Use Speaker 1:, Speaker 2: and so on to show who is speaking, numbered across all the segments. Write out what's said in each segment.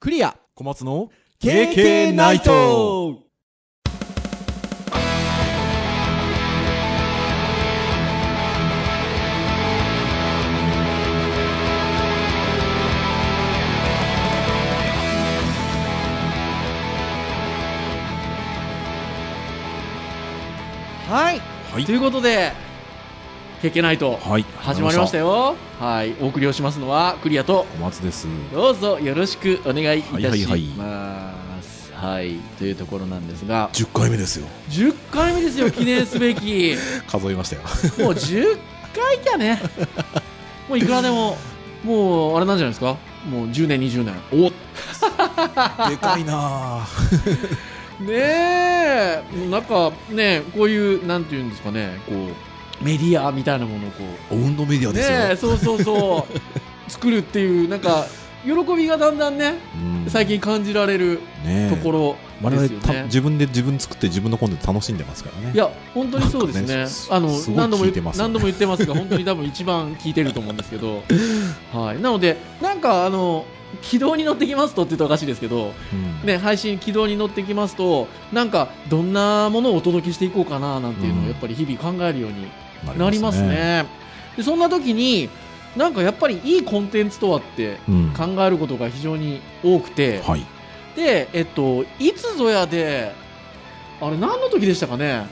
Speaker 1: クリア
Speaker 2: 小松の
Speaker 1: KK ナイトはい、
Speaker 2: はい
Speaker 1: ということで「けけないと」
Speaker 2: はい
Speaker 1: 始まりましたよはいお送りをしますのはクリアと
Speaker 2: 小松です
Speaker 1: どうぞよろしくお願いいたします。は
Speaker 2: はいいはい
Speaker 1: というところなんですが、
Speaker 2: 10回目ですよ
Speaker 1: 10回目ですよ、記念すべき。
Speaker 2: 数えましたよ
Speaker 1: もう10回じゃね。もういくらでも、もうあれなんじゃないですか。もう10年、20年。
Speaker 2: おでかいな ぁ
Speaker 1: ねえ、もうなんかね、こういう、なんていうんですかね、こう、メディアみたいなものをこう、
Speaker 2: オウンドメディアですよ、
Speaker 1: ねえ、そうそ うそう、作るっていう、なんか、喜びがだんだんね、
Speaker 2: うん
Speaker 1: 最近感じられる
Speaker 2: ねえ
Speaker 1: ところ
Speaker 2: 我
Speaker 1: で
Speaker 2: 々
Speaker 1: すよ
Speaker 2: た
Speaker 1: ね。
Speaker 2: 自分で自分作って自分のコンテンツ楽しんでますからね
Speaker 1: いや、本当にそうです
Speaker 2: な
Speaker 1: ね
Speaker 2: んかねす。
Speaker 1: あの、
Speaker 2: すごい
Speaker 1: 何度も
Speaker 2: 聞
Speaker 1: 言
Speaker 2: いてますよね
Speaker 1: 何度も言ってますが、本当に多分一番聞いてると思うんです けど。はい、なので、なんか、あの、軌道に乗ってきますとって言うとおかしいですけど、
Speaker 2: うん
Speaker 1: ね、配信軌道に乗ってきますと、なんか、どんなものをお届けしていこうかな、なんていうの
Speaker 2: う
Speaker 1: を、
Speaker 2: ん
Speaker 1: やっぱり日々考えるようになりますね。で、そんな時に、なんかやっぱりいいコンテンツとはって
Speaker 2: うん
Speaker 1: 考えることが非常に多くて、
Speaker 2: はい
Speaker 1: で、えっと、いつぞやで、あれ、何の時でしたかね、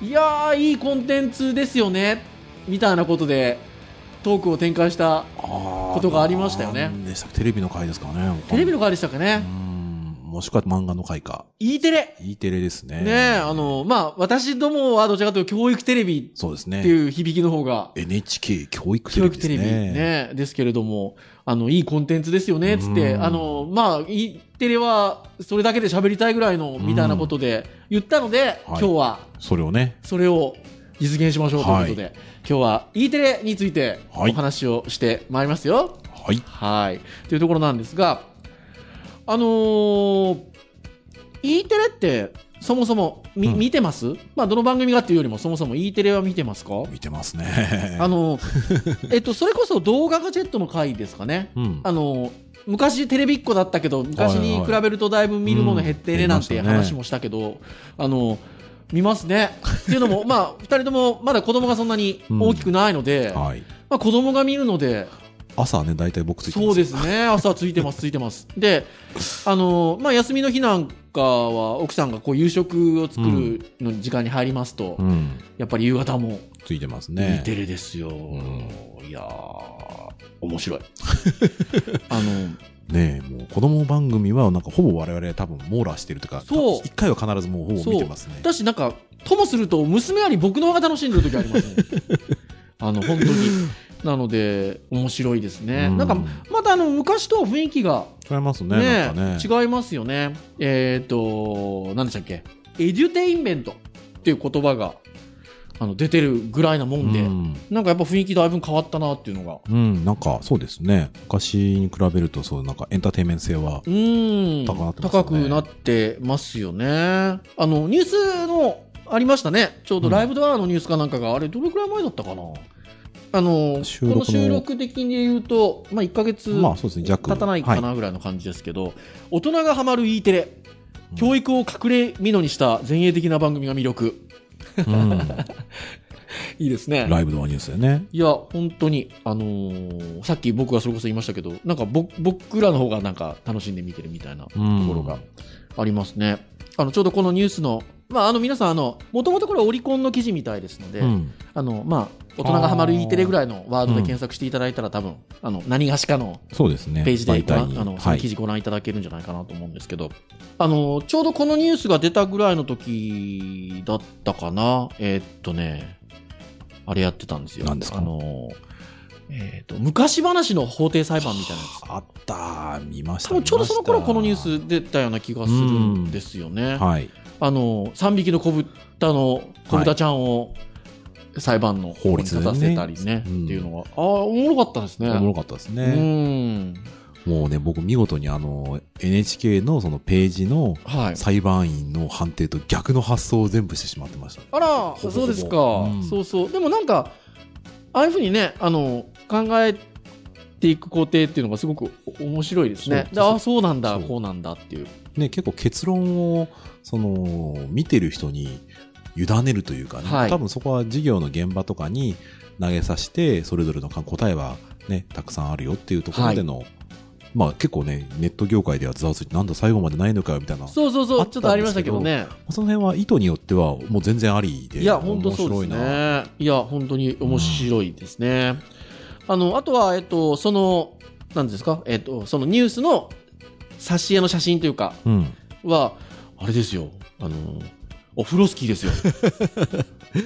Speaker 1: いやー、いいコンテンツですよね、みたいなことで、トークを展開した、
Speaker 2: こ
Speaker 1: ことがありましたよね
Speaker 2: でしたテレビの回ですかね
Speaker 1: テレビ
Speaker 2: の
Speaker 1: の回でしたか
Speaker 2: う
Speaker 1: ね、
Speaker 2: んもしくは漫画の回か
Speaker 1: E テレ、
Speaker 2: E テレですね
Speaker 1: ねえ、あの、まあ、私どもはどちらかというと、教育テレビ
Speaker 2: そうです
Speaker 1: っ
Speaker 2: ね
Speaker 1: ていう響きの方が、
Speaker 2: NHK 教育テ
Speaker 1: 教
Speaker 2: レビ
Speaker 1: 育
Speaker 2: です
Speaker 1: テ
Speaker 2: ね
Speaker 1: レビね、ですけれども、あの、いいコンテンツですよね、つって、
Speaker 2: うん
Speaker 1: あの、まあ、E テレは、それだけで喋りたいぐらいの、みたいなことで言ったので、今日は、
Speaker 2: それをね
Speaker 1: それを実現しましょうということで、
Speaker 2: は
Speaker 1: 今日は E テレについて
Speaker 2: は
Speaker 1: お
Speaker 2: い
Speaker 1: 話をしてまいりますよ。
Speaker 2: はい
Speaker 1: はい。というところなんですが、あのー、E テレってそもそもみ、
Speaker 2: うん
Speaker 1: 見てますまあ、どの番組がっていうよりもそもそも E テレは見てますか
Speaker 2: 見てますね
Speaker 1: あの ー、えっと、それこそ動画ガジェットの回ですかね。
Speaker 2: うん
Speaker 1: あのー昔テレビっ子だったけど昔に比べるとだいぶ見るもの減ってね
Speaker 2: うん
Speaker 1: なんて
Speaker 2: 減りましたね
Speaker 1: 話もしたけど、あの見ますねっていうのもまあ2人ともまだ子供がそんなに大きくないので、ま
Speaker 2: はい
Speaker 1: あ、子供が見るので
Speaker 2: 朝ね大体僕ついてます
Speaker 1: そうですね朝ついてますついてますであの、まあ、休みの日なんかは奥さんがこう夕食を作るのに時間に入りますと、
Speaker 2: うん
Speaker 1: やっぱり夕方も
Speaker 2: ついてますね
Speaker 1: E テレですよ、いやー面 白いあの
Speaker 2: ねえもう子供番組はなんかほぼ我々多分網羅してるというか
Speaker 1: そう
Speaker 2: 一回は必ずもうほぼ見てますね
Speaker 1: だしなんかともすると娘より僕の方が楽しんでる時あります ねあの本当になので面白いですね、
Speaker 2: う
Speaker 1: なんかまたあの昔とは雰囲気が
Speaker 2: 違いますね
Speaker 1: ね
Speaker 2: なんかね
Speaker 1: 違いますよねえっ、と何でしたっけエデュテインメントっていう言葉があの出てるぐらいなもんで、
Speaker 2: うん
Speaker 1: なんかやっぱ雰囲気だいぶ変わったなっていうのが
Speaker 2: うん、なんかそうですね昔に比べるとそうなんかエンターテインメント性は
Speaker 1: うーん
Speaker 2: 高くなってますよね
Speaker 1: 高くなってますよね。あのニュースのありましたね、ちょうど
Speaker 2: うん
Speaker 1: ライブドアのニュースかなんかが、あれ、どれくらい前だったかな、あの
Speaker 2: 収録の
Speaker 1: この収録的に言うと、まあ、1ヶ月
Speaker 2: まあそうですね弱
Speaker 1: 経たないか
Speaker 2: は
Speaker 1: なぐらいの感じですけど、大人がハマる E テレ、
Speaker 2: うん
Speaker 1: 教育を隠れみのにした前衛的な番組が魅力、
Speaker 2: うん
Speaker 1: いいですね。
Speaker 2: ライブドアニュースでね
Speaker 1: いや、本当に、あのーさっき僕がそれこそ言いましたけど、なんかぼ僕らの方がなんか楽しんで見てるみたいな
Speaker 2: と
Speaker 1: ところがありますね。あのちょうどこのニュースの、まあ、あの皆さんあの、もともとこれはオリコンの記事みたいですので、
Speaker 2: うん
Speaker 1: あのまあ、大人がハマる E テレぐらいのワードで検索していただいたら、多分あの何がしかの
Speaker 2: そうですね
Speaker 1: ページで
Speaker 2: 媒
Speaker 1: ご覧、
Speaker 2: 体に
Speaker 1: あのそ
Speaker 2: は
Speaker 1: の
Speaker 2: い
Speaker 1: 記事ご覧いただけるんじゃないかなと思うんですけど、あのちょうどこのニュースが出たぐらいの時だったかな、えーっとね、あれやってたんですよ。
Speaker 2: 何ですか
Speaker 1: あのえーっと昔話の法廷裁判みたいなやつ。
Speaker 2: あった見ました
Speaker 1: 多分ちょうどその頃
Speaker 2: 見ました
Speaker 1: このニュース出たような気がするんですよね。
Speaker 2: はい
Speaker 1: あの3匹の子豚の子豚ちゃんを裁判の方に立たせたりね
Speaker 2: 法律でねうん
Speaker 1: っていうのはああおもろかったですね。
Speaker 2: おもろかったです
Speaker 1: う
Speaker 2: ね
Speaker 1: ん
Speaker 2: もうね僕見事にあの NHK のそのページの
Speaker 1: はい。
Speaker 2: 裁判員の判定と逆の発想を全部してしまってましたね
Speaker 1: あら
Speaker 2: ほぼほぼ
Speaker 1: そうですか、
Speaker 2: うん
Speaker 1: そうそうでもなんかああいうふうにねあの考えっていく工程っていうのがすごく面白いですね。
Speaker 2: そう
Speaker 1: でああ、そうなんだ、
Speaker 2: そう
Speaker 1: こうなんだっていう。
Speaker 2: ね、結構結論を、その、見てる人に委ねるというかね、
Speaker 1: はい
Speaker 2: 多分そこは事業の現場とかに投げさせて、それぞれの答えはね、たくさんあるよっていうところでの、まあ結構ね、ネット業界ではざわついて、なんだ最後までないのかよみたいな、そ
Speaker 1: そうそう
Speaker 2: あ
Speaker 1: そう、
Speaker 2: ったん
Speaker 1: ちょっとありましたけどね。
Speaker 2: の辺は意図によってはもう全然ありで、
Speaker 1: いや、本当そうで
Speaker 2: 面白い
Speaker 1: す
Speaker 2: な。
Speaker 1: ね。いや、本当に面白いですね。あの、あとは、えっと、その、なんですか、えっと、そのニュースの挿絵の写真というか、
Speaker 2: うん。
Speaker 1: は、あれですよ、あの、オフロスキーで すよ。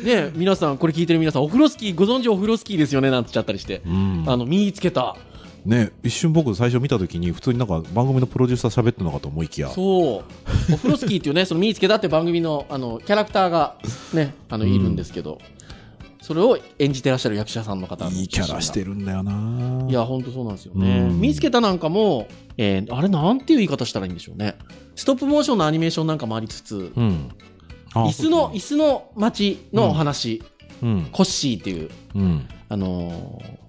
Speaker 1: ね皆さん、これ聞いてる皆さん、オフロスキー、ご存知オフロスキーですよね、なんて言っちゃったりして。
Speaker 2: うん、
Speaker 1: あの、身につけた。
Speaker 2: ね、一瞬僕最初見た時に普通になんか番組のプロデューサー喋ってるのかと思いきや
Speaker 1: そう。オフロスキーっていうね、その身につけたって番組の、あの、キャラクターが、ね、あの、
Speaker 2: うん
Speaker 1: いるんですけど、それを演じてらっしゃる役者さんの方の
Speaker 2: いいキャラしてるんだよない
Speaker 1: や、ほんとそうなんですよね。
Speaker 2: うん
Speaker 1: 見つけたなんかも、えーあれなんていう言い方したらいいんでしょうね。ストップモーションのアニメーションなんかもありつつ、
Speaker 2: うんあ
Speaker 1: 椅子の、
Speaker 2: そう
Speaker 1: 椅子の街のお話、
Speaker 2: そううん
Speaker 1: コッシーっていう、
Speaker 2: うん
Speaker 1: あのー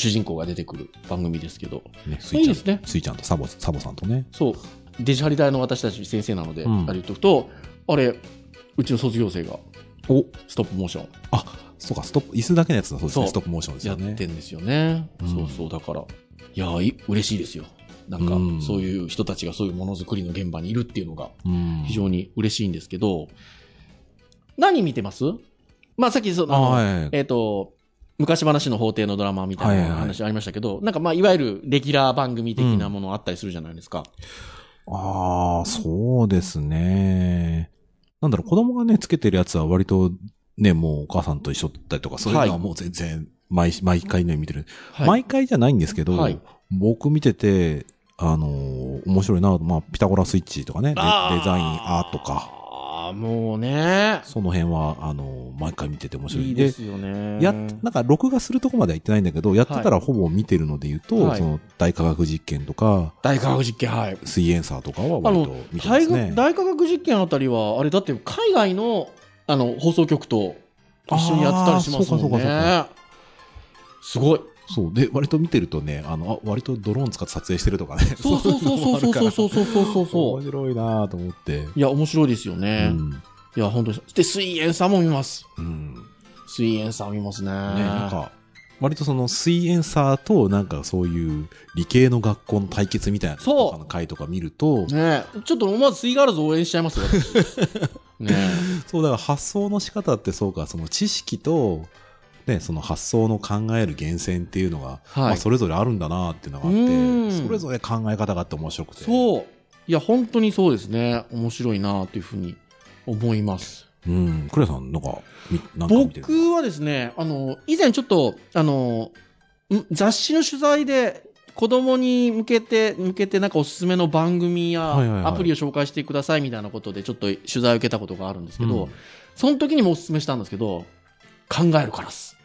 Speaker 1: 主人公が出てくる番組ですけど、
Speaker 2: ね、スイ
Speaker 1: いい
Speaker 2: ちゃ
Speaker 1: で
Speaker 2: ん
Speaker 1: すね。
Speaker 2: スイちゃんとサボサボさんとね。
Speaker 1: そう、デジハリ大の私たち先生なので、
Speaker 2: うん
Speaker 1: あれ言っとくと、あれ、うちの卒業生が、
Speaker 2: お
Speaker 1: ストップモーション
Speaker 2: あそうか、ストップ、椅子だけのやつだそうですね、
Speaker 1: そう
Speaker 2: ストップモーションです
Speaker 1: や
Speaker 2: よ
Speaker 1: っ
Speaker 2: ね。
Speaker 1: てんですよね。
Speaker 2: うん
Speaker 1: そうそう、だから、いやーい、嬉しいですよ。なんか
Speaker 2: うん、
Speaker 1: そういう人たちがそういうものづくりの現場にいるっていうのが、
Speaker 2: うん
Speaker 1: 非常に嬉しいんですけど、何見てますまあ、さっきその、
Speaker 2: あ
Speaker 1: あの
Speaker 2: はい。
Speaker 1: えっ、と、昔話の法廷のドラマみたい
Speaker 2: はい
Speaker 1: な
Speaker 2: はい
Speaker 1: 話ありましたけど、なんかまあ、いわゆるレギュラー番組的なものあったりするじゃないですか。
Speaker 2: ああ、そうですね。なんだろう、子供がね、つけてるやつは割と、ね、もうお母さんと一緒だったりとか、そういうのはもう全然、毎、毎回ね、見てる。
Speaker 1: はい。
Speaker 2: 毎回じゃないんですけど、
Speaker 1: はい
Speaker 2: 僕見てて、あのー面白いな、まあ、ピタゴラスイッチとかね、デデ
Speaker 1: あー
Speaker 2: ザインアートか、
Speaker 1: ああ、もうね。
Speaker 2: その辺は、あのー毎回見てて面白い。
Speaker 1: いいですよね。
Speaker 2: やっ、なんか録画するとこまでは行ってないんだけど、やってたらほぼ見てるので言うと、
Speaker 1: はい
Speaker 2: その大科学実験とか、
Speaker 1: 大科学実験、はい。
Speaker 2: 水エンサーとかは割と見てま
Speaker 1: 大
Speaker 2: す
Speaker 1: 学
Speaker 2: ね。
Speaker 1: 大科学実験あたりは、あれだって海外のあの放送局と一緒にやってたりしま
Speaker 2: あ
Speaker 1: すもん
Speaker 2: ーそうかそうかそう
Speaker 1: ね
Speaker 2: か。
Speaker 1: すごい。
Speaker 2: そう。で、割と見てるとね、あの、あ割とドローン使って撮影してるとかね。
Speaker 1: そうそうそうそうそうそう
Speaker 2: う
Speaker 1: そうそうそうそう
Speaker 2: 面白いなぁと思って。
Speaker 1: いや、面白いですよ
Speaker 2: う
Speaker 1: ね。
Speaker 2: ん。
Speaker 1: いや、本当に。で、水泳さんも見ます。
Speaker 2: うん。ね、
Speaker 1: 水泳さん見ますね。
Speaker 2: なんか、割とその水エンサーとなんかそういう理系の学校の対決みたいな
Speaker 1: そう
Speaker 2: とかの回とか見ると、
Speaker 1: ねえちょっと思わず水ガールズ応援しちゃ いますよ。私ね
Speaker 2: そう、だから発想の仕方ってそうか、その知識と、ね、その発想の考える源泉っていうのが、
Speaker 1: えは
Speaker 2: まあ
Speaker 1: い。
Speaker 2: それぞれあるんだなっていうのがあっ
Speaker 1: う
Speaker 2: て、
Speaker 1: ーん
Speaker 2: それぞれ考え方があって面白くて。う。
Speaker 1: そう。いや、本当にそうですね。面白いなというふうに思います。
Speaker 2: ん。クレさん、なんか、みなんか見てる。
Speaker 1: 僕はですね、あの、以前ちょっと、あの、ん雑誌の取材で、子供に向けて、向けてなんかおすすめの番組
Speaker 2: はいはいはい
Speaker 1: やアプリを紹介してくださいみたいなことでちょっと取材を受けたことがあるんですけど、
Speaker 2: うん
Speaker 1: その時にもおすすめしたんですけど、考えるカラス。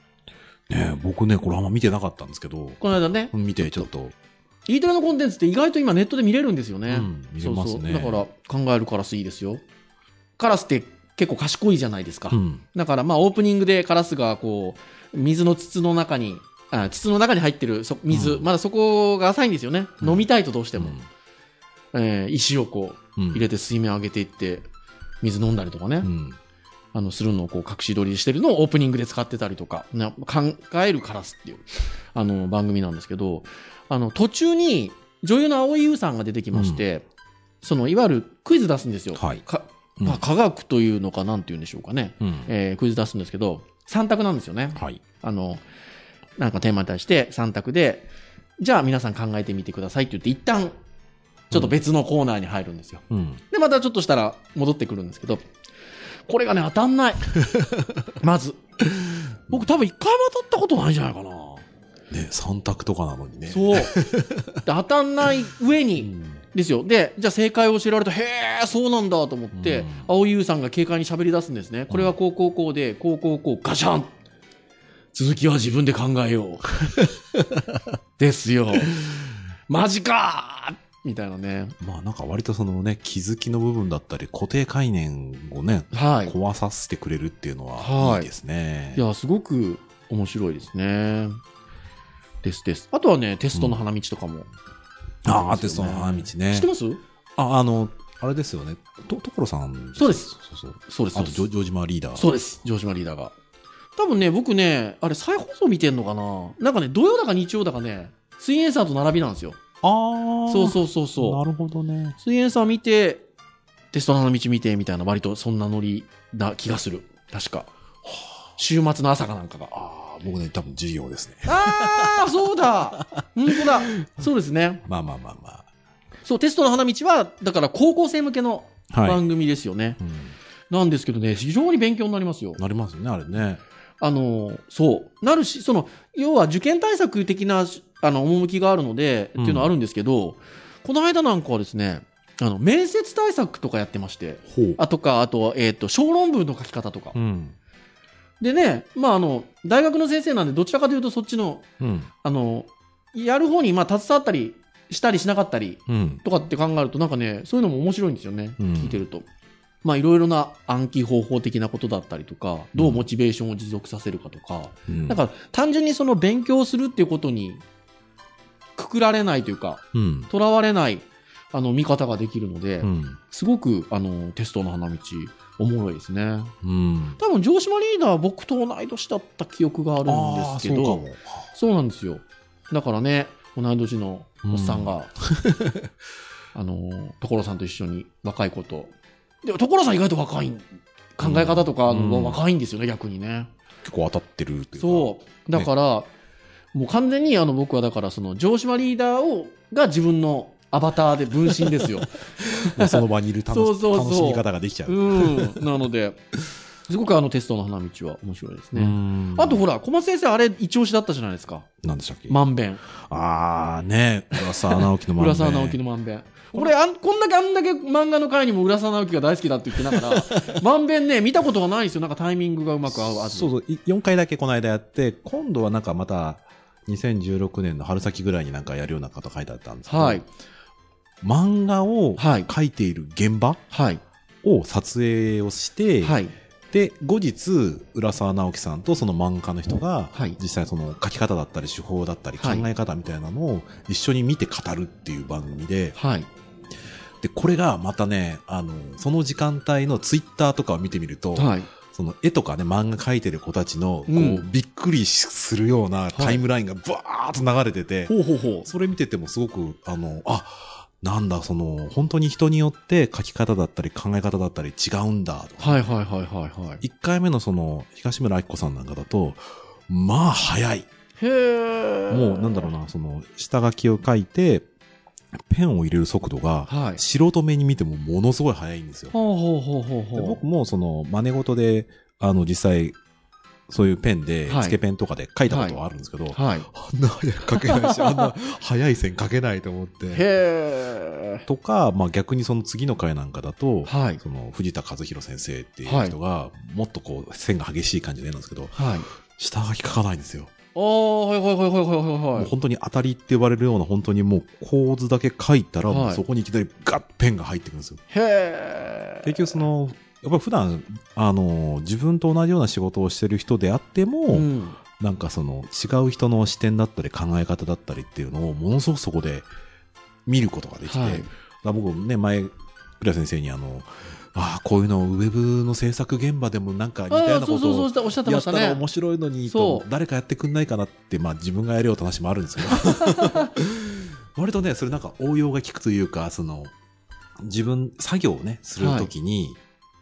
Speaker 2: ね僕ね、これあんま見てなかったんですけど、
Speaker 1: この間ね、
Speaker 2: 見てちょっと、
Speaker 1: E テレのコンテンツって意外と今ネットで見れるんですよね。
Speaker 2: うん見れますね
Speaker 1: そうそうだから考えるカラスいいですよ。カラスって結構賢いじゃないですか。
Speaker 2: うん。
Speaker 1: だからまあオープニングでカラスがこう水の筒の中にあ筒の中に入ってるそ水、
Speaker 2: うん
Speaker 1: まだそこが浅いんですよね、
Speaker 2: うん
Speaker 1: 飲みたいとどうして
Speaker 2: で
Speaker 1: も、、えー石をこう
Speaker 2: うん。
Speaker 1: 入れて水面上げていって水飲んだりとかね、
Speaker 2: うん。
Speaker 1: あのするのをこう隠し撮りしてるのをオープニングで使ってたりとか、な考えるカラスっていうあの番組なんですけどあの途中に女優の蒼井優さんが出てきまして、そのいわゆるクイズ出すんですよ、
Speaker 2: はい
Speaker 1: か
Speaker 2: うん
Speaker 1: まあ科学というのかなんて言うんでしょうかね、
Speaker 2: うん。
Speaker 1: えークイズ出すんですけど、3択なんですよね。
Speaker 2: はい。
Speaker 1: あの、なんかテーマに対して3択で、じゃあ皆さん考えてみてくださいって言って、一旦、ちょっと別のコーナーに入るんですよ。
Speaker 2: うん。
Speaker 1: で、またちょっとしたら戻ってくるんですけど、これがね、当たんない。 まず。僕多分一回も当たったことないんじゃないかな。
Speaker 2: ね、三択とかなのにね。う。
Speaker 1: そう。で当たんない上に、ですよ。で、じゃあ正解を教えられたへえ、そうなんだと思って、
Speaker 2: うん
Speaker 1: 青井優さんが軽快に喋り出すんですね。これはこうこうこうで、こうこうこう、ガシャン続きは自分で考え よう。ですよ。マジかみたいなね。
Speaker 2: まあなんか割とそのね、気づきの部分だったり、固定概念をね、
Speaker 1: はい。
Speaker 2: 壊させてくれるっていうのは
Speaker 1: はい
Speaker 2: いいですね。
Speaker 1: いや、すごく面白いですね。ですです。あとはね、テストの花道とかも。
Speaker 2: ああ、テストの花道ね
Speaker 1: 知って。ます
Speaker 2: あ、あの、あれですよね。と、所さん。
Speaker 1: そうです。
Speaker 2: そうそう。
Speaker 1: そうです。
Speaker 2: あと、ジョジョージマリーダー。
Speaker 1: そうです。城島リーダーが。多分ね、僕ね、あれ再放送見てんのかななんかね、土曜だか日曜だかね、水泳さんと並びなんですよ。
Speaker 2: ああ。
Speaker 1: そうそうそう
Speaker 2: な
Speaker 1: そう。
Speaker 2: るほどね。
Speaker 1: 水泳さん見て、テストの花道見て、みたいな、割とそんなノリな気がする。確か。週末の朝かなんかが。
Speaker 2: ああ、僕ね、多分授業 ですね。
Speaker 1: ああ、そうだ本当だそうですね。
Speaker 2: まあまあまあま
Speaker 1: そう、テストの花道は、だから高校生向けの
Speaker 2: あ。はい。
Speaker 1: 番組ですよね。
Speaker 2: うん。
Speaker 1: なんですけどね、非常に勉強になりますよ。
Speaker 2: なりますよね、あれね。
Speaker 1: あの、そう。なるし、その、要は受験対策的な、あの、趣があるので、
Speaker 2: うん
Speaker 1: っていうのはあるんですけど、この間なんかはですね、あの、面接対策とかやってまして、
Speaker 2: ほう。
Speaker 1: あとか、あとは、えっ、と、小論文の書き方とか。
Speaker 2: うん。
Speaker 1: でね、まあ、あの、大学の先生なんで、どちらかというとそっちの、
Speaker 2: うん。
Speaker 1: あの、やる方に、まあ、携わったり、したりしなかったり、
Speaker 2: うん。
Speaker 1: とかって考えると、なんかね、そういうのも面白いんですよね。
Speaker 2: うん
Speaker 1: 聞いてると。まあ、いろいろな暗記方法的なことだったりとか、どうモチベーションを持続させるかとか、だから単純にその勉強するっていうことにくくられないというか、
Speaker 2: うん。
Speaker 1: とらわれないあの見方ができるので、
Speaker 2: うん。
Speaker 1: すごくあのテストの花道、おもろいですね。
Speaker 2: うん。
Speaker 1: 多分城島リーダーは僕と同い年だった記憶があるんですけど、
Speaker 2: あ
Speaker 1: そ
Speaker 2: ー
Speaker 1: う
Speaker 2: そうかも
Speaker 1: なんですよ。だからね、同い年のおっさ んが、あの、所さんと一緒に若い子と。でも所さん意外と若いん、考え方とか、あの
Speaker 2: うん
Speaker 1: 若いんですよね、逆にね。
Speaker 2: 結構当たってるっていうか
Speaker 1: そう。だから、もう完全にあの僕はだからその城島リーダーをが自分のアバターで分 身ですよ。
Speaker 2: もうその場にいる楽し
Speaker 1: そうそうそう
Speaker 2: 楽しみ方ができちゃう。
Speaker 1: うん。なので、すごくあのテストの花道は面白いです
Speaker 2: う
Speaker 1: ね。
Speaker 2: ん
Speaker 1: あと、ほら、小松先生あれ一押しだったじゃないですか。
Speaker 2: なんでしたっけ、
Speaker 1: まんべん。
Speaker 2: ああね、浦沢直樹の漫画。
Speaker 1: 浦沢直樹のまんべん。俺あん、こんだけあんだけ漫画の回にも浦沢直樹が大好きだって言ってな がら、まんべんね、見たことがないんですよ。なんかタイミングがうまく合うはず。
Speaker 2: そうそう、い4回だけこの間やって、今度はなんかまた、2016年の春先ぐらいになんかやるようなこと書いてあったんですけど、
Speaker 1: はい。
Speaker 2: 漫画を
Speaker 1: はい。
Speaker 2: 書いている現場
Speaker 1: はい。
Speaker 2: を撮影をして、
Speaker 1: はい。
Speaker 2: で、後日、浦沢直樹さんとその漫画家の人が、
Speaker 1: はい
Speaker 2: 実際その書き方だったり手法だったり考
Speaker 1: はい
Speaker 2: え方みたいなのを一緒に見て語るっていう番組で、
Speaker 1: はい。
Speaker 2: で、これがまたね、あの、その時間帯のツイッターとかを見てみると、
Speaker 1: はい。
Speaker 2: その絵とかね、漫画描いてる子たちの、こう、
Speaker 1: うん
Speaker 2: びっくりするようなタイムラインがバーッと流れてて、
Speaker 1: ほうほうほ
Speaker 2: それ見ててもすごく、あの、あ、なんだ、その、本当に人によって描き方だったり考え方だったり違うんだ、と
Speaker 1: う。はいはいはいはいはい。
Speaker 2: 1回目のその、東村明子さんなんかだと、まあ、早い。
Speaker 1: へえ。
Speaker 2: もう、なんだろうな、その、下書きを書いて、ペンを入れる速度が、
Speaker 1: はい。
Speaker 2: 素人目に見てもものすごい早いんですよ。
Speaker 1: ほうほうほうほうほ
Speaker 2: で
Speaker 1: う。
Speaker 2: 僕もその真似事であの実際そういうペンで、
Speaker 1: はい
Speaker 2: つけペンとかで書いたことはあるんですけど、
Speaker 1: はい。
Speaker 2: あんな早く書けないしあんな早い線書けないと思って。
Speaker 1: へえ。
Speaker 2: とか、まあ、逆にその次の回なんかだと、
Speaker 1: はい。
Speaker 2: その藤田和弘先生っていう人が、もっとこう線が激しい感じでなんですけど
Speaker 1: はい。
Speaker 2: 下書き書かないんですよ、
Speaker 1: ああ、はいはいはいはいはいは
Speaker 2: も。
Speaker 1: いう
Speaker 2: 本当に当たりって言われるような本当にもう構図だけ書いたら、
Speaker 1: はい
Speaker 2: もうそこにいきなりガッペンが入ってくるんですよ
Speaker 1: へえ。
Speaker 2: 結局その、やっぱり普段、あの、自分と同じような仕事をしてる人であっても、
Speaker 1: うん。
Speaker 2: なんかその、違う人の視点だったり考え方だったりっていうのを、ものすごくそこで見ることができて、
Speaker 1: は
Speaker 2: だ
Speaker 1: い
Speaker 2: から僕ね、前、倉先生にあの、ああ、こういうのをウェブの制作現場でもなんか似たよう
Speaker 1: あ
Speaker 2: な
Speaker 1: あ、
Speaker 2: こ
Speaker 1: そうそう
Speaker 2: と
Speaker 1: そう
Speaker 2: を
Speaker 1: した、おっしゃって
Speaker 2: や
Speaker 1: ま
Speaker 2: っ
Speaker 1: したた
Speaker 2: ら
Speaker 1: ね
Speaker 2: 面。白いのに
Speaker 1: そ
Speaker 2: と
Speaker 1: う、
Speaker 2: 誰かやってくんないかなって、まあ自分がやれよって話もあるんですけ ど、割とね、それなんか応用が効くというか、その、自分、作業をね、するときに、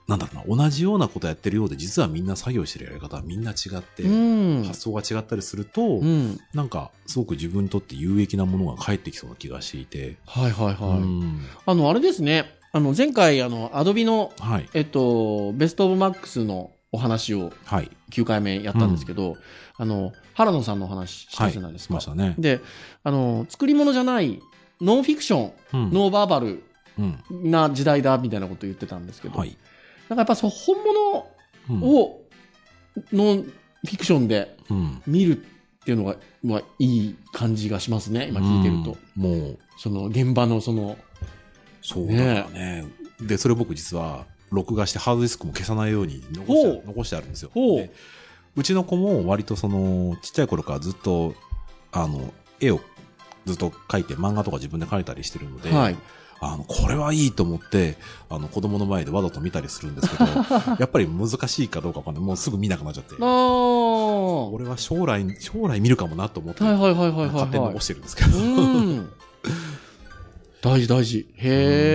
Speaker 2: なんだろうな、同じようなことやってるようで、実はみんな作業してるやり方はみんな違って、
Speaker 1: うん。
Speaker 2: 発想が違ったりすると、
Speaker 1: うん。
Speaker 2: なんか、すごく自分にとって有益なものが返ってきそうな気がしていて、
Speaker 1: はいはい
Speaker 2: うん
Speaker 1: はい。あの、あれですね。あの、前回、あの、アドビの、
Speaker 2: はい。
Speaker 1: えっと、ベストオブマックスのお話を
Speaker 2: はい。
Speaker 1: 9回目やったんですけど、あの、原野さんのお話し
Speaker 2: は
Speaker 1: た
Speaker 2: い。
Speaker 1: じゃないですか。
Speaker 2: ましたね。
Speaker 1: で、あの、作り物じゃない、ノンフィクション、
Speaker 2: うん
Speaker 1: ノーバーバル
Speaker 2: うん。
Speaker 1: な時代だみたいなこと言ってたんですけど、
Speaker 2: はい。
Speaker 1: なんかやっぱそう本
Speaker 2: うん
Speaker 1: 物をノンフィクションで
Speaker 2: うん。
Speaker 1: 見るっていうのが、まあ、いい感じがしますね今聞いてると、
Speaker 2: うん。もう、
Speaker 1: その現場のその
Speaker 2: そうだからねで、それ僕実は、録画してハードディスクも消さないように残
Speaker 1: ほ
Speaker 2: して
Speaker 1: う
Speaker 2: 残してあるんですよ。
Speaker 1: ほう
Speaker 2: でうちの子も割とその、ちっちゃい頃からずっと、あの、絵をずっと描いて、漫画とか自分で描いたりしてるので、
Speaker 1: はい。
Speaker 2: あの、これはいいと思って、あの、子供の前でわざと見たりするんですけ ど、やっぱり難しいかどうかわかんない。もうすぐ見なくなっちゃって。
Speaker 1: ああ。はい
Speaker 2: 俺は将来、将来見るかもなと思って、
Speaker 1: はいはいはいはい、はい。
Speaker 2: 勝手に残してるんですけ ど。
Speaker 1: うん。大事大事。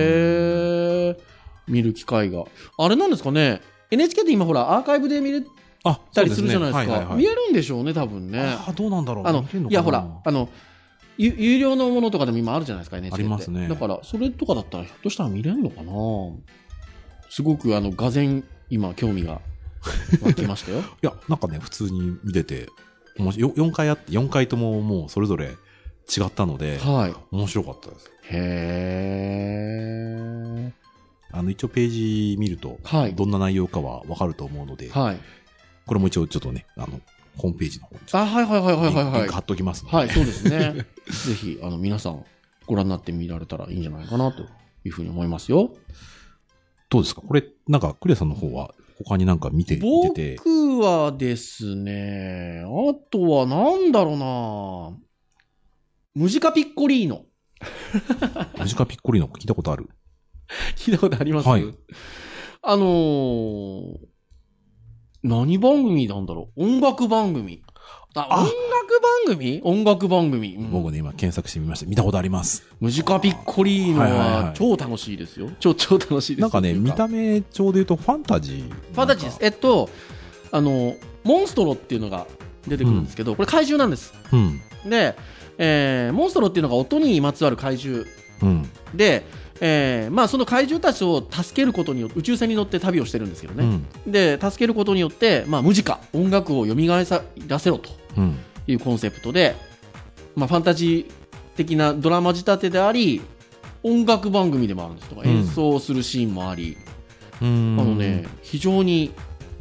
Speaker 1: へえ。見る機会が。あれなんですかね。NHK って今ほらアーカイブで見れ
Speaker 2: あ、
Speaker 1: たりするじゃないですか。
Speaker 2: そうねはいはいはい
Speaker 1: 見えるんでしょうね、多分ね。
Speaker 2: あーどうなんだろう。
Speaker 1: あの
Speaker 2: 見れん、
Speaker 1: いやほら、あの、ゆ有料のものとかでも今あるじゃないですか、NHK って。
Speaker 2: ありますね
Speaker 1: だから、それとかだったら、ひょっとしたら見れるのかなすごく、あの、がぜ今、興味が湧きまし たよ。
Speaker 2: いや、なんかね、普通に見てて、面白いよ4回あって、4回とももうそれぞれ違ったので、
Speaker 1: はい。
Speaker 2: 面白かったです。
Speaker 1: へえ。
Speaker 2: あの、一応ページ見ると、
Speaker 1: はい
Speaker 2: どんな内容かはわかると思うので、
Speaker 1: はい。
Speaker 2: これも一応ちょっとね、あの、ホームページの方にちょっ
Speaker 1: あ、はいはいはい
Speaker 2: と
Speaker 1: はい
Speaker 2: リ
Speaker 1: はい
Speaker 2: ン
Speaker 1: はい
Speaker 2: ク。貼っときますので、
Speaker 1: はい、そうですね。 ぜひ、あの、皆さん、ご覧になってみられたらいいんじゃないかな、というふうに思いますよ。
Speaker 2: どうですかこれ、なんか、クレさんの方は、他になんか見て、見
Speaker 1: 僕
Speaker 2: てて、
Speaker 1: はですね、あとはなんだろうなムジカピッコリーノ。
Speaker 2: マジカピッコリの聞いたことある。
Speaker 1: 聞いたことあります、
Speaker 2: はい
Speaker 1: あのー何番組なんだろう音楽番組。あ、
Speaker 2: あ
Speaker 1: 音楽番組音楽番組、うん
Speaker 2: 僕ね、今検索してみました。見たことあります。
Speaker 1: ムジカピッコリーノ
Speaker 2: はいはいは
Speaker 1: はい超楽しいですよ。超、超楽しいです。
Speaker 2: なんかね、
Speaker 1: っていう
Speaker 2: 見た目上で言うとファンタジー。
Speaker 1: ファンタジーです。。えっと、あの、モンストロっていうのが出てくるんですけど、これ怪獣なんです。
Speaker 2: うん。
Speaker 1: で、えーモンストロっていうのが音にまつわる怪獣
Speaker 2: うん。
Speaker 1: で、えーまあ、その怪獣たちを助けることによって宇宙船に乗って旅をしてるんですけど
Speaker 2: う
Speaker 1: ね、
Speaker 2: ん。
Speaker 1: で助けることによって、まあ、無事か音楽を蘇らせろと
Speaker 2: うん。
Speaker 1: いうコンセプトで、まあ、ファンタジー的なドラマ仕立てであり音楽番組でもあるんですとか
Speaker 2: うん
Speaker 1: 演奏するシーンもあり、
Speaker 2: うん
Speaker 1: あのね、、非常に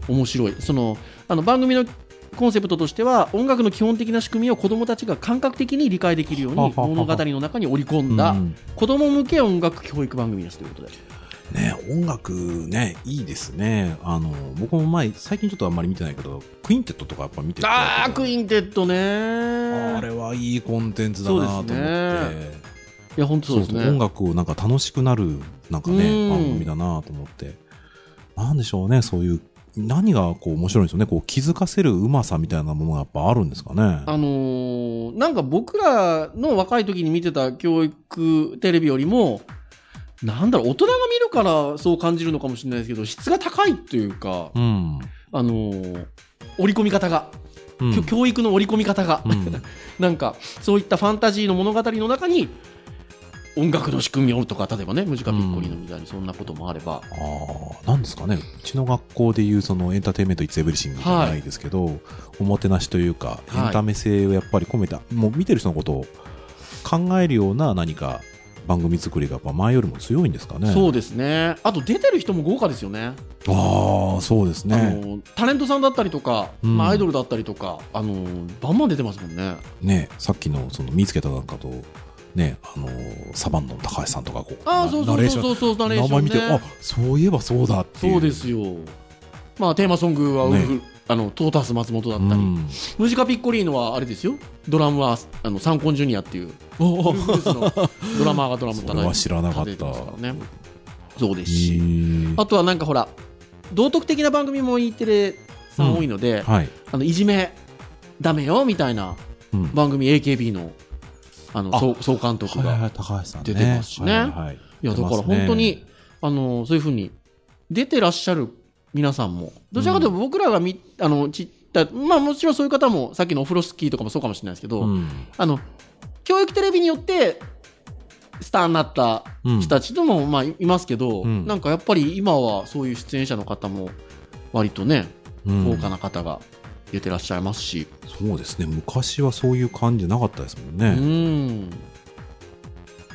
Speaker 1: 面白い。その、あの番組のコンセプトとしては、音楽の基本的な仕組みを子供たちが感覚的に理解できるよう
Speaker 2: はは
Speaker 1: に、
Speaker 2: はは
Speaker 1: 物語の中に織り込
Speaker 2: うん
Speaker 1: だ、
Speaker 2: ん
Speaker 1: 子供向け音楽教育番組ですということで。
Speaker 2: ね、音楽ね、いいですね。あの、僕も前、最近ちょっとあんまり見てないけど、クインテットとかやっぱ見てて
Speaker 1: あー、クインテットね
Speaker 2: あれはいいコンテンツだなと思って。
Speaker 1: そうですいや、本当そうですね。
Speaker 2: 音楽をなんか楽しくなる、なんか
Speaker 1: う
Speaker 2: ね、
Speaker 1: ん
Speaker 2: 番組だなと思って。なんでしょうね、そういう、何がこう面白いんでしょうね、こう気づかせるうまさみたいなものがやっぱあるんですかね。
Speaker 1: あのーなんか僕らの若い時に見てた教育テレビよりも、なんだろう、大人が見るからそう感じるのかもしれないですけど、質が高いというか、
Speaker 2: うん。
Speaker 1: あのー織り込み方が、
Speaker 2: うん
Speaker 1: きょ教育の織り込み方が、
Speaker 2: うん
Speaker 1: なんかそういったファンタジーの物語の中に音楽の仕組みをとか例えばねムジカピッコリーのみたいにそんなこともあれ
Speaker 2: あ
Speaker 1: ば、
Speaker 2: あ、なんですかね。うちの学校でいうそのエンターテインメント・イツ・エブリシングじゃないですけど、おもてなしというか、
Speaker 1: はい
Speaker 2: エンタメ性をやっぱり込めた、もう見てる人のことを考えるような何か番組作りがやっぱ前よりも強いんですかね。。
Speaker 1: そううですねあと出てる人も豪華ですよね
Speaker 2: ああ、そうです
Speaker 1: あ
Speaker 2: ね。
Speaker 1: のタレントさんだったりとか、
Speaker 2: うん
Speaker 1: まあ、アイドルだったりとかあのバンバン出てますもんね
Speaker 2: ね、さっきのその見つけたなんかと、ね、あのーサバンナの高橋さんとかこう、
Speaker 1: ああ
Speaker 2: な
Speaker 1: そう
Speaker 2: ナレ
Speaker 1: そ
Speaker 2: ー
Speaker 1: う
Speaker 2: ション
Speaker 1: そうそうナレーシ
Speaker 2: 名前
Speaker 1: ョン、ね、
Speaker 2: 見て、あそういえばそうだっていう。
Speaker 1: そうです
Speaker 2: よ。
Speaker 1: よまあテーマソングはウルフ、
Speaker 2: ね
Speaker 1: あのトータス松本だ
Speaker 2: う
Speaker 1: ったり、
Speaker 2: ん、
Speaker 1: ムジカピッコリーノはあれですよドラムはあのサンコンジュニアっていうブルースのドラマーがドラム
Speaker 2: それは知らなかった。
Speaker 1: 叩いてますからねそうです
Speaker 2: へ
Speaker 1: し、
Speaker 2: ー
Speaker 1: あとはなんかほら道徳的な番組も E テレさん多いので、
Speaker 2: はい。
Speaker 1: あのいじめダメよみたいな
Speaker 2: うん
Speaker 1: 番組 AKB のあの
Speaker 2: あ
Speaker 1: 総総監督が、
Speaker 2: はい
Speaker 1: い
Speaker 2: はい、高橋さん、ね、
Speaker 1: 出てますしね
Speaker 2: はいはい、
Speaker 1: やだから
Speaker 2: 出てますね
Speaker 1: 本当に、あのそういうふうに出てらっしゃる皆さんもどちらかというと僕らがみ、あのちったまあもちろんそういう方もさっきのオフロスキーとかもそうかもしれないですけ
Speaker 2: う
Speaker 1: ど、
Speaker 2: ん
Speaker 1: あの教育テレビによってスターになった
Speaker 2: うん
Speaker 1: 人たちともまあいますけど、
Speaker 2: うん
Speaker 1: なんかやっぱり今はそういう出演者の方も割とね
Speaker 2: うん
Speaker 1: 豪華な方が出てらっしゃいますし、
Speaker 2: そうですね、昔はそういう感じなかったですもん
Speaker 1: うん、
Speaker 2: ね。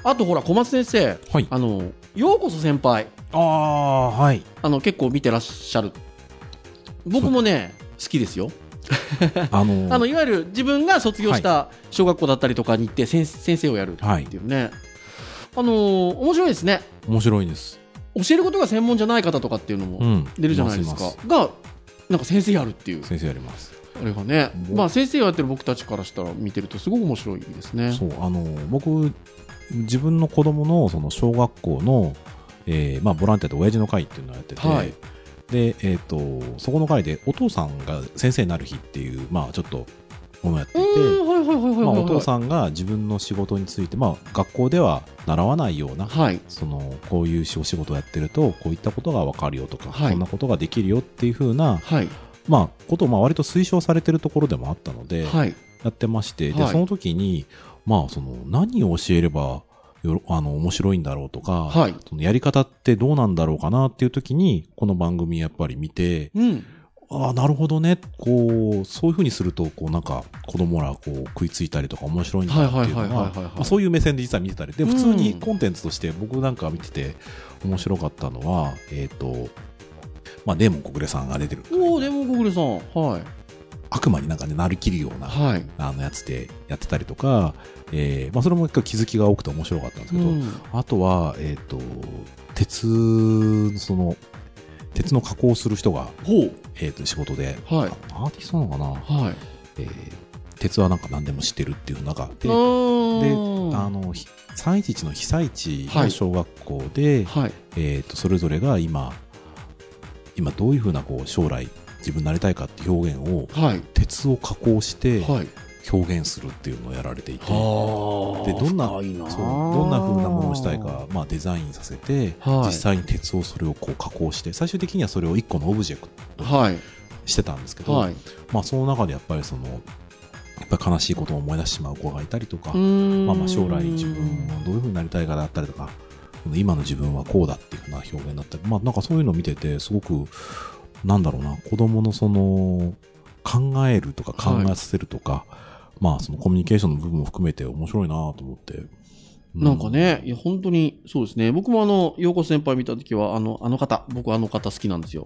Speaker 1: あとほら小松先生
Speaker 2: はい。
Speaker 1: あのようこそ先輩
Speaker 2: ああ、はい。
Speaker 1: あの結構見てらっしゃる僕もね好きですよ
Speaker 2: あのー
Speaker 1: あのいわゆる自分が卒業した小学校だったりとかに行って先先生をやるっ
Speaker 2: はい
Speaker 1: て。いうね、あの面白いですね
Speaker 2: 面白いです。
Speaker 1: 教えることが専門じゃない方とかっていうのも
Speaker 2: ん
Speaker 1: 出るじゃないですか、。がなんか先生やるっていう
Speaker 2: 先生やります。
Speaker 1: あれがね
Speaker 2: もう
Speaker 1: まあ先生がやってる僕たちからしたら見てるとすごく面白いですね
Speaker 2: そうあの僕自分の子供のその小学校の、えーまあ、ボランティアと親父の会っていうのをやってて、
Speaker 1: はい
Speaker 2: でえー、とそこの会でお父さんが先生になる日っていう、まあ、ちょっとものをやってて、
Speaker 1: うんはいはいはいはいはい、
Speaker 2: まあ、
Speaker 1: はい
Speaker 2: お父さんが自分の仕事について、まあ、学校では習わないような
Speaker 1: はい
Speaker 2: そのこういうお仕事をやってるとこういったことが分かるよとか、
Speaker 1: はい
Speaker 2: こんなことができるよっていうふうな、
Speaker 1: はい
Speaker 2: まあ、ことをまあ割と推奨されてるところでもあったので、
Speaker 1: はい
Speaker 2: やってまして、
Speaker 1: は
Speaker 2: で
Speaker 1: い
Speaker 2: その時に、まあ、その何を教えればよろあの面白いんだろうとか、
Speaker 1: はい
Speaker 2: そのやり方ってどうなんだろうかなっていう時にこの番組やっぱり見て
Speaker 1: うん
Speaker 2: ああなるほどねこうそういうふうにするとこうなんか子供らこう食いついたりとか面白いんだなっていうの
Speaker 1: はいはいは
Speaker 2: が
Speaker 1: いはいはいはい
Speaker 2: まあそういう目線で実は見てたりで
Speaker 1: うん
Speaker 2: 普通にコンテンツとして僕なんか見てて面白かったのはえっ、とまあデーモン小暮さんが出てる
Speaker 1: おおでも小暮さんはい
Speaker 2: 悪魔になんかねなりきるような
Speaker 1: はい
Speaker 2: あのやつでやってたりとか、えーまあ、それも結構気づきが多くて面白かったんですけど、
Speaker 1: うん
Speaker 2: あとは、えっと鉄その鉄の加工をする人が、
Speaker 1: ほう
Speaker 2: えー、と仕事で、
Speaker 1: はい
Speaker 2: アーティストなのかな、
Speaker 1: はい
Speaker 2: えー鉄はなんか何でも知ってるっていう中で
Speaker 1: あ
Speaker 2: あ
Speaker 1: ー
Speaker 2: のひ311の被災地の小学校で、
Speaker 1: はい
Speaker 2: えー、とそれぞれが今今どういうふうなこう将来自分になりたいかって表現を
Speaker 1: はい
Speaker 2: 鉄を加工して
Speaker 1: はい
Speaker 2: 表現するっていうのをやられていて。
Speaker 1: は
Speaker 2: でどんな
Speaker 1: 深いな
Speaker 2: そうどんな風なものをしたいか、まあ、デザインさせて、
Speaker 1: はい
Speaker 2: 実際に鉄をそれをこう加工して最終的にはそれを1個のオブジェクトに
Speaker 1: はい
Speaker 2: してたんですけど、
Speaker 1: はい
Speaker 2: まあ、その中でやっぱりそのやっぱり悲しいことを思い出してしまう子がいたりとか、ま
Speaker 1: ま
Speaker 2: あ、まあ将来自分はどういう風になりたいかだったりとか今の自分はこうだっていう風な表現だったり、まあ、なんかそういうのを見ててすごくなんだろうな子供のその考えるとか考えさせるとか、まあそのコミュニケーションの部分も含めて面白いなと思って、う
Speaker 1: なんかね、いや、本当に、そうですね。僕もあの、陽子先輩見たときは、あの、あの方、僕あの方好きなんですよ。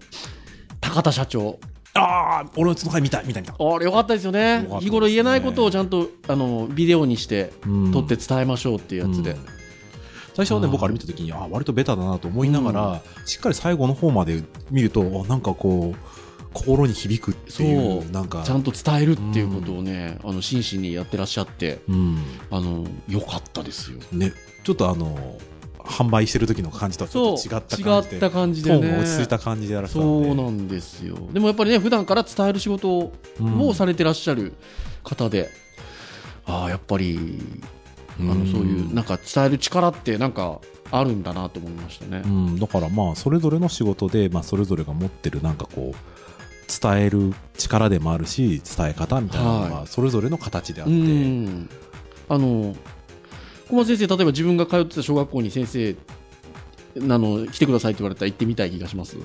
Speaker 1: 高田社長。
Speaker 2: ああ、俺のその回見たい、見た見た。
Speaker 1: あれ、よかったですよ
Speaker 2: かっ
Speaker 1: ね。
Speaker 2: たですね
Speaker 1: 日頃言えないことをちゃんと、あの、ビデオにして、撮って伝えましょうっていうやつで。
Speaker 2: うん最初はね、僕あれ見た時に、ああ、割とベタだなと思いながら、しっかり最後の方まで見ると、あなんかこう、心に響くっていう、
Speaker 1: そう
Speaker 2: なんか、
Speaker 1: ちゃんと伝えるっていうことをね、あの、真摯にやってらっしゃって、
Speaker 2: うん、
Speaker 1: あの、よかったですよ。
Speaker 2: ね、ちょっとあの、販売してる時の感じとはちょっと違った感じで、
Speaker 1: 違った感じ
Speaker 2: トー
Speaker 1: で
Speaker 2: ン
Speaker 1: ね。
Speaker 2: が落ち着いた感じでやらせたんで。
Speaker 1: そうなんですよ。でもやっぱりね、普段から伝える仕事を
Speaker 2: うん
Speaker 1: もうされてらっしゃる方で、ああ、やっぱり、あの
Speaker 2: うん
Speaker 1: そういう、なんか伝える力って、なんかあるんだなと思いましたね
Speaker 2: う。ん、だからまあそれぞれの仕事で、まあ、それぞれが持ってるなんかこう伝える力でもあるし伝え方みたいなの
Speaker 1: は
Speaker 2: がそれぞれの形であっ
Speaker 1: う
Speaker 2: て、
Speaker 1: ん。あの、小松先生、例えば自分が通ってた小学校に先生、あの来てくださいって言われたら行ってみたい気がします。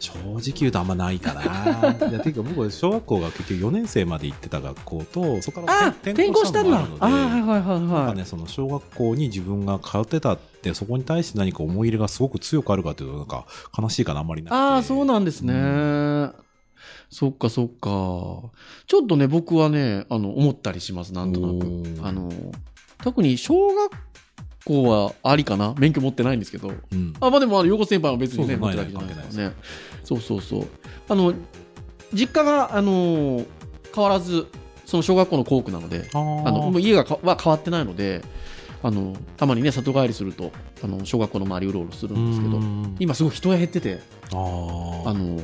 Speaker 2: 正直言うとあんまないか な。いや、ていうか僕は小学校が結局4年生まで行ってた学校と、そこから
Speaker 1: あ
Speaker 2: 転
Speaker 1: 転校したんだ。
Speaker 2: の
Speaker 1: あ
Speaker 2: も
Speaker 1: あ
Speaker 2: あ
Speaker 1: ー、
Speaker 2: るので
Speaker 1: はいはいはい
Speaker 2: なん
Speaker 1: は
Speaker 2: か
Speaker 1: い。
Speaker 2: ね、その小学校に自分が通ってたって、そこに対して何か思い入れがすごく強くあるかというと、なんか悲しいかな、あんまりなくて。
Speaker 1: ああ、そうなんですね。
Speaker 2: う
Speaker 1: そっかそっか。ちょっとね、僕はね、あの、思ったりします、なんとな
Speaker 2: おー
Speaker 1: く。あの、特に小学校はありかな免許持ってないんですけど。
Speaker 2: うん。
Speaker 1: あ、まあでも、あの、陽子先輩は別にね、
Speaker 2: そうそう
Speaker 1: 持ってるわけじゃない
Speaker 2: ない
Speaker 1: で
Speaker 2: ない
Speaker 1: すからね。そうそうそう。あの、実家が、あの、変わらず、その小学校の校区なので、
Speaker 2: あー
Speaker 1: あのもう家がかは変わってないので、あの、たまにね、里帰りすると、あの、小学校の周りうろうろするんですけど
Speaker 2: う、ん
Speaker 1: 今すごい人が減ってて、
Speaker 2: あ
Speaker 1: あ
Speaker 2: あ。
Speaker 1: の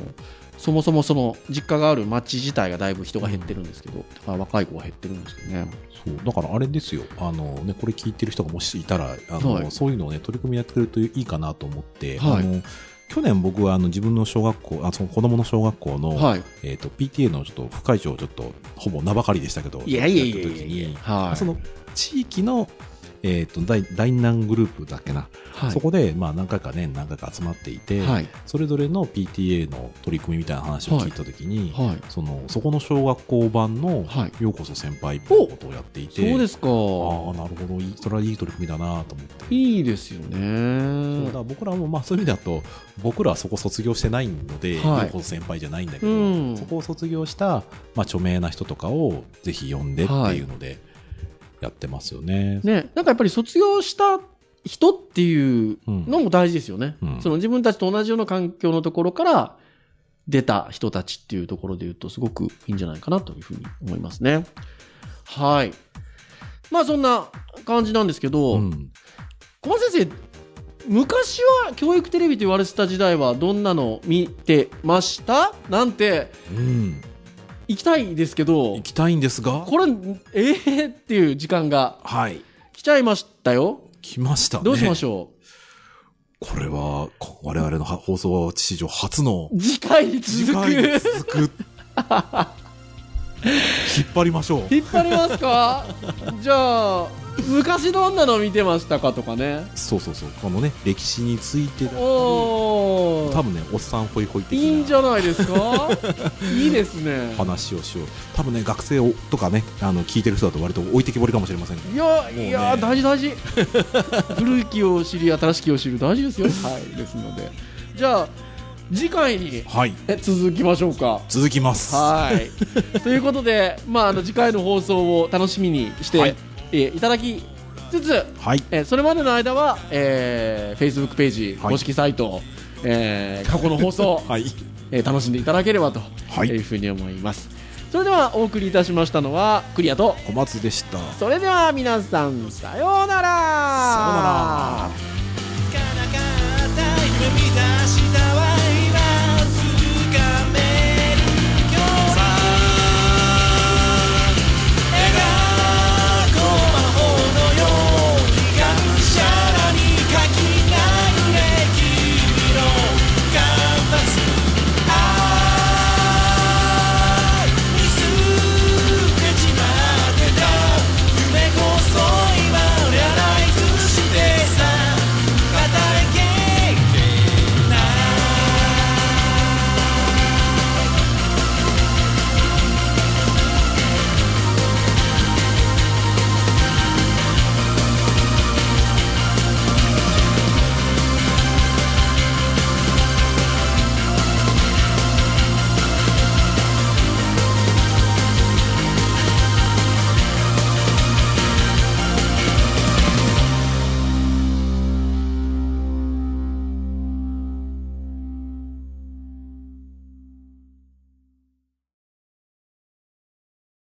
Speaker 1: そもそもその実家がある町自体がだいぶ人が減ってるんですけど、だから若い子は減ってるんですけどね。
Speaker 2: そうだからあれですよあの、ね、これ聞いてる人がもしいたらあの、
Speaker 1: はい
Speaker 2: そういうのを、ね、取り組みやってくれるといいかなと思って、
Speaker 1: はい
Speaker 2: あの去年僕はあの自分の小学校あその子供の小学校の、
Speaker 1: はい。
Speaker 2: えー、と PTA のちょっと副会長をちょっとほぼ名ばかりでしたけど
Speaker 1: いやいやいや
Speaker 2: やった時
Speaker 1: いやい
Speaker 2: に
Speaker 1: や。はい。
Speaker 2: その地域の、えー、と大大南グループだっけな、
Speaker 1: はい
Speaker 2: そこで、まあ、何回かね何回か集まっていて、
Speaker 1: はい。
Speaker 2: それぞれの PTA の取り組みみたいな話を聞いた時に、
Speaker 1: はい。
Speaker 2: そのそこの小学校版の
Speaker 1: はい
Speaker 2: ようこそ先輩みたいなことをやっていて、
Speaker 1: そうですか。
Speaker 2: ああなるほどいいそれはいい取り組みだなと思って、
Speaker 1: いいですよ
Speaker 2: そう
Speaker 1: ね
Speaker 2: だか。ら僕らもまあそういう意味だと僕らはそこ卒業してないので、
Speaker 1: はい
Speaker 2: ようこそ先輩じゃないんだけど、
Speaker 1: うん
Speaker 2: そこを卒業した、まあ、著名な人とかをぜひ呼んでっていうのでやってますよね。
Speaker 1: ね、なんかやっぱり卒業した人っていう
Speaker 2: うん
Speaker 1: のも大事ですよね。
Speaker 2: うん
Speaker 1: その自分たちと同じような環境のところから、出た人たちっていうところで言うと、すごくいいんじゃないかなというふうに思いますね。はい。まあそんな感じなんですけど、
Speaker 2: うん。
Speaker 1: 小松先生、昔は教育テレビと言われてた時代はどんなの見てましたなんて、
Speaker 2: うん。
Speaker 1: 行きたいですけど
Speaker 2: 行、きたいんですが、
Speaker 1: これ、えーっていう時間が
Speaker 2: はい。
Speaker 1: 来ちゃいましたよ。
Speaker 2: 来ましたね。
Speaker 1: どうしまし
Speaker 2: ょう。
Speaker 1: ょ
Speaker 2: これは、こ我々のは放送史上初の
Speaker 1: う、 次回に続
Speaker 2: 次回に
Speaker 1: く。
Speaker 2: 続く。引っ張りましょう。
Speaker 1: 引っ張ります かじゃあ、昔どんなの見てましたかとかね。
Speaker 2: そうそうそう。このね、歴史についてだったり、多
Speaker 1: おー。
Speaker 2: 分ね、おっさんホイホイ的
Speaker 1: いいんじ
Speaker 2: な
Speaker 1: ゃないです かいいですね。
Speaker 2: 話をしよう。多分ね、学生をとかね、あの、聞いてる人だと割と置いてきぼりかもしれませんが。
Speaker 1: いや、
Speaker 2: ね
Speaker 1: いや大事大事古い気を知り新しきを知る大事ですよはいですのでじゃあ次回に
Speaker 2: はい。
Speaker 1: え続きましょうか
Speaker 2: 続きます。
Speaker 1: はい ということで、まあ、あの次回の放送を楽しみにして、
Speaker 2: はい
Speaker 1: えいただきつつ
Speaker 2: はい。
Speaker 1: えーそれまでの間は、えー、Facebook ページ、
Speaker 2: はい
Speaker 1: 公式サイト、えー過去の放送、
Speaker 2: はい。
Speaker 1: えー楽しんでいただければと、
Speaker 2: はい
Speaker 1: いうふうに思いますそれではお送りいたしましたのはクリアと
Speaker 2: 小松でした。さよ
Speaker 1: それでは皆さんさよ
Speaker 2: う
Speaker 1: うなら
Speaker 2: なら。
Speaker 3: つかなかった夢見出した